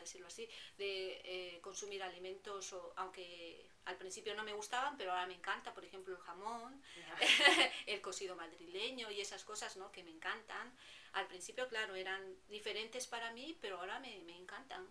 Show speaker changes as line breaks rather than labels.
decirlo así, de eh, consumir alimentos, o, aunque al principio no me gustaban, pero ahora me encanta, por ejemplo, el jamón, el cocido madrileño y esas cosas ¿no? que me encantan. Al principio, claro, eran diferentes para mí, pero ahora me, me encantan.